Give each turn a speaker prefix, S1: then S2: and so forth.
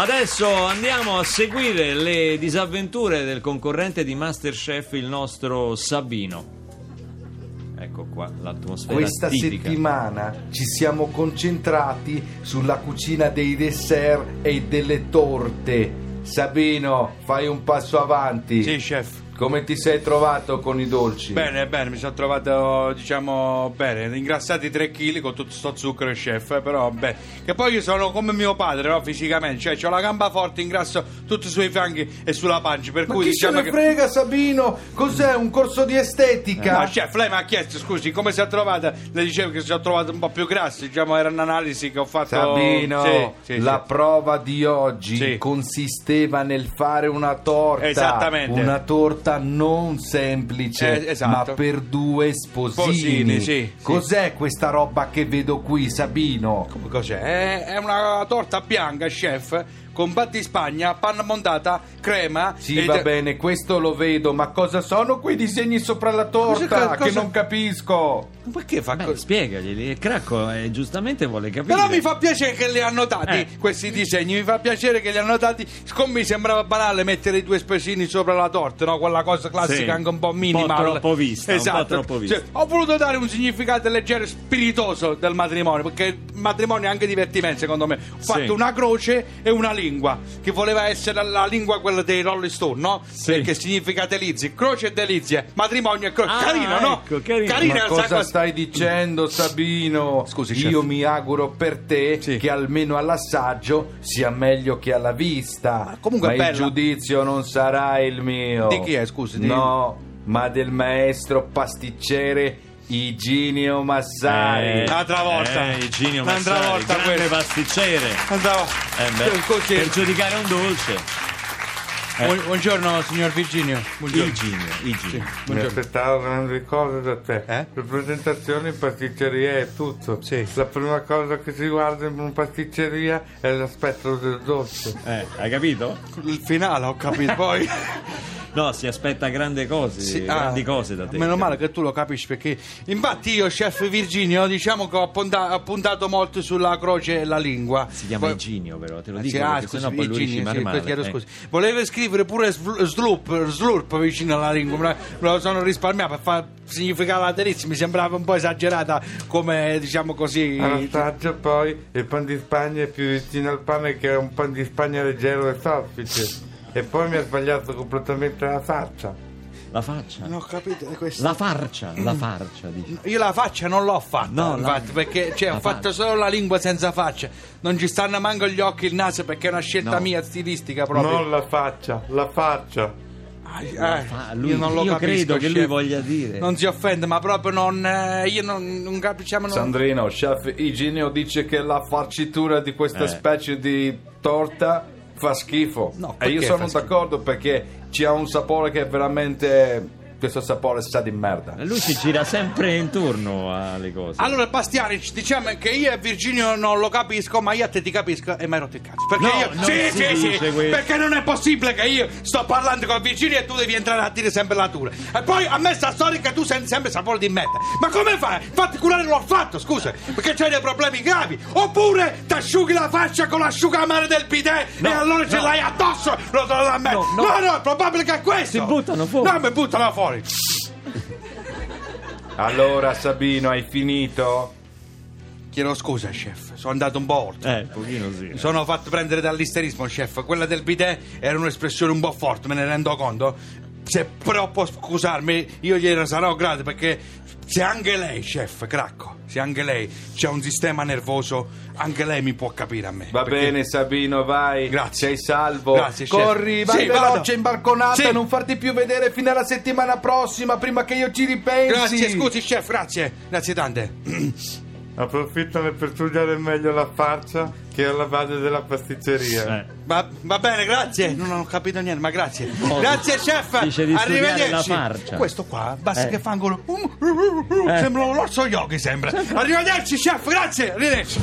S1: Adesso andiamo a seguire le disavventure del concorrente di Masterchef, il nostro Sabino. Ecco qua l'atmosfera
S2: Questa
S1: tipica.
S2: settimana ci siamo concentrati sulla cucina dei dessert e delle torte. Sabino, fai un passo avanti.
S3: Sì, chef.
S2: Come ti sei trovato con i dolci?
S3: Bene, bene, mi sono trovato, diciamo, bene, ingrassati 3 kg con tutto sto zucchero, chef, eh, però, beh, che poi io sono come mio padre, no, fisicamente, cioè, ho la gamba forte, ingrasso tutto sui fianchi e sulla pancia, per
S2: Ma
S3: cui,
S2: chi
S3: diciamo
S2: se ne
S3: che...
S2: frega, Sabino? Cos'è un corso di estetica?
S3: Eh, Ma chef, lei mi ha chiesto, scusi, come si è trovata? Le dicevo che si è trovata un po' più grassa, diciamo, era un'analisi che ho fatto...
S2: Sabino,
S3: Certo. Sì, sì,
S2: la
S3: sì.
S2: prova di oggi
S3: Sì.
S2: consisteva nel fare una torta.
S3: Esattamente.
S2: Una torta non semplice,
S3: Eh, esatto.
S2: ma per due sposini.
S3: Sposini, sì, sì.
S2: Cos'è questa roba che vedo qui, Sabino?
S3: Come Cos'è? È- È una torta bianca, chef, con battispagna, panna montata, crema...
S2: Sì,
S3: e-
S2: va bene, questo lo vedo, ma cosa sono quei disegni sopra la torta?
S3: Cosa- cosa-
S2: Che non capisco.
S3: Ma Perché fa
S1: Beh,
S3: così?
S1: spiegaglieli, e Cracco eh, giustamente vuole capire.
S3: Però mi fa piacere che li ha notati
S1: Eh.
S3: questi disegni, mi fa piacere che li ha notati. Siccome mi sembrava banale mettere i due spesini sopra la torta, no? quella cosa classica
S1: Sì.
S3: anche un po'
S1: Un po'
S3: minimal.
S1: troppo vista, un po'
S3: esatto.
S1: troppo vista.
S3: Cioè, ho voluto dare un significato leggero e spiritoso del matrimonio, perché il matrimonio è anche divertimento, secondo me. Ho fatto
S1: Sì.
S3: una croce e una lingua, che voleva essere la lingua quella dei Rolling Stone, no?
S1: Sì.
S3: Che significa delizia, croce e delizia, matrimonio e croce.
S1: Ah,
S3: carino, no?
S1: ecco, carino.
S3: Carina
S2: Ma
S3: sta
S2: cosa
S3: cosa.
S2: stai dicendo, Sabino?
S3: Scusi, chef.
S2: Io mi auguro per te
S3: Sì.
S2: che almeno all'assaggio sia meglio che alla vista.
S3: Ma Ah, comunque è
S2: Ma il
S3: bella.
S2: giudizio non sarà il mio.
S3: Di chi è, scusi, di-
S2: No, ma del maestro pasticciere Iginio Massari.
S1: Eh,
S3: Un'altra Ah, volta.
S1: Eh, Ginio
S3: Un'altra
S1: Massari,
S3: volta
S1: grande
S3: questo.
S1: pasticcere.
S3: Andavo.
S1: Eh, beh,
S3: Così.
S1: per giudicare un dolce. Eh.
S3: Buon- Buongiorno signor Virginio. Buongiorno.
S1: Iginio, Iginio.
S4: Mi aspettavo grandi cose da te.
S3: Eh?
S4: Le presentazioni, pasticceria e tutto.
S3: Sì.
S4: La prima cosa che si guarda in una pasticceria è l'aspetto del dolce.
S1: Eh, hai capito?
S3: Il finale ho capito poi.
S1: No, si aspetta grande cose,
S3: Sì, ah,
S1: grandi cose da te.
S3: Meno male che tu lo capisci perché infatti io chef Virginio diciamo che ho apponda- ho puntato molto sulla croce e la lingua.
S1: Si chiama
S3: Poi-
S1: Iginio però, te lo
S3: Ah,
S1: dico,
S3: sì, ah,
S1: perché
S3: scusi,
S1: sennò poi lui
S3: Virginio,
S1: ci
S3: sì,
S1: rimane male.
S3: chiedo
S1: eh.
S3: scusa. Volevo scrivere pure sl- slurp, slurp vicino alla lingua, me la- me lo sono risparmiato per far significare la delizia, mi sembrava un po' esagerata come diciamo così.
S4: All'assaggio poi il pan di Spagna è più vicino al pane che è un pan di Spagna leggero e soffice. E poi mi ha sbagliato completamente la faccia.
S1: La faccia.
S3: Non ho capito è questo.
S1: La farcia, la farcia, dici.
S3: Io la faccia non l'ho fatta,
S1: No, la-
S3: infatti, perché cioè,
S1: la
S3: ho fatto solo la lingua senza faccia. Non ci stanno manco gli occhi, il naso, perché è una scelta
S1: No.
S3: mia stilistica proprio.
S4: Non la faccia, la faccia.
S3: Ah, eh,
S1: fa- lui- io credo che lui
S3: chef.
S1: voglia dire.
S3: cioè, Non si offende, ma proprio non. eh, io non, non capisciamo. Non...
S2: Sandrino, chef Iginio dice che la farcitura di questa
S1: Eh.
S2: specie di torta fa schifo.
S3: No,
S2: e io
S3: perché
S2: sono
S3: fa schifo?
S2: d'accordo perché ci ha un sapore che è veramente. Questo sapore sa di merda.
S1: Lui si gira sempre intorno alle cose.
S3: Allora, Bastianic, diciamo che io e Virginio non lo capisco, ma io a te ti capisco e mi hai rotto il cazzo. Perché
S1: No,
S3: io.
S1: non
S3: sì,
S1: si
S3: sì, sì.
S1: dice questo.
S3: Perché non è possibile che io sto parlando con Virginio e tu devi entrare a dire sempre la tua. E poi a me sta storia che tu senti sempre sapore di merda. Ma come fai? Fatti curare l'ho fatto, scusa, perché c'hai dei problemi gravi. Oppure ti asciughi la faccia con l'asciugamano del bidet e allora ce l'hai addosso. Lo trovo da me.
S1: No,
S3: No,
S1: no.
S3: no, è probabile che è questo.
S1: Si buttano fuori.
S3: No, mi buttano fuori.
S2: Allora, Sabino, hai finito?
S3: Chiedo scusa, chef, sono andato un po' oltre.
S1: Eh, un pochino sì. eh.
S3: Mi sono fatto prendere dall'isterismo, chef. Quella del bidet era un'espressione un po' forte, me ne rendo conto. Se però può scusarmi, io gliela sarò grato perché se anche lei, chef, cracco, se anche lei c'è un sistema nervoso, anche lei mi può capire a me.
S2: Va
S3: Perché-
S2: bene, Sabino, vai.
S3: Grazie.
S2: Sei salvo.
S3: Grazie, chef.
S2: Corri, vai
S3: Sì,
S2: veloce
S3: vado.
S2: in balconata.
S3: Sì.
S2: Non farti più vedere fino alla settimana prossima, prima che io ci ripensi.
S3: Grazie, scusi, chef, grazie. Grazie tante.
S4: Approfittane per studiare meglio la faccia che è la base della pasticceria.
S1: Eh.
S3: Va, va bene, grazie. Non ho capito niente, ma grazie.
S1: No,
S3: grazie, chef.
S1: dice di studiare
S3: Arrivederci.
S1: la farcia.
S3: Questo qua, basta
S1: Eh.
S3: che fa ancora. um, uh, uh, uh,
S1: Eh.
S3: Sembra un orso yogi, sembra. Arrivederci, chef. Grazie. Arrivederci.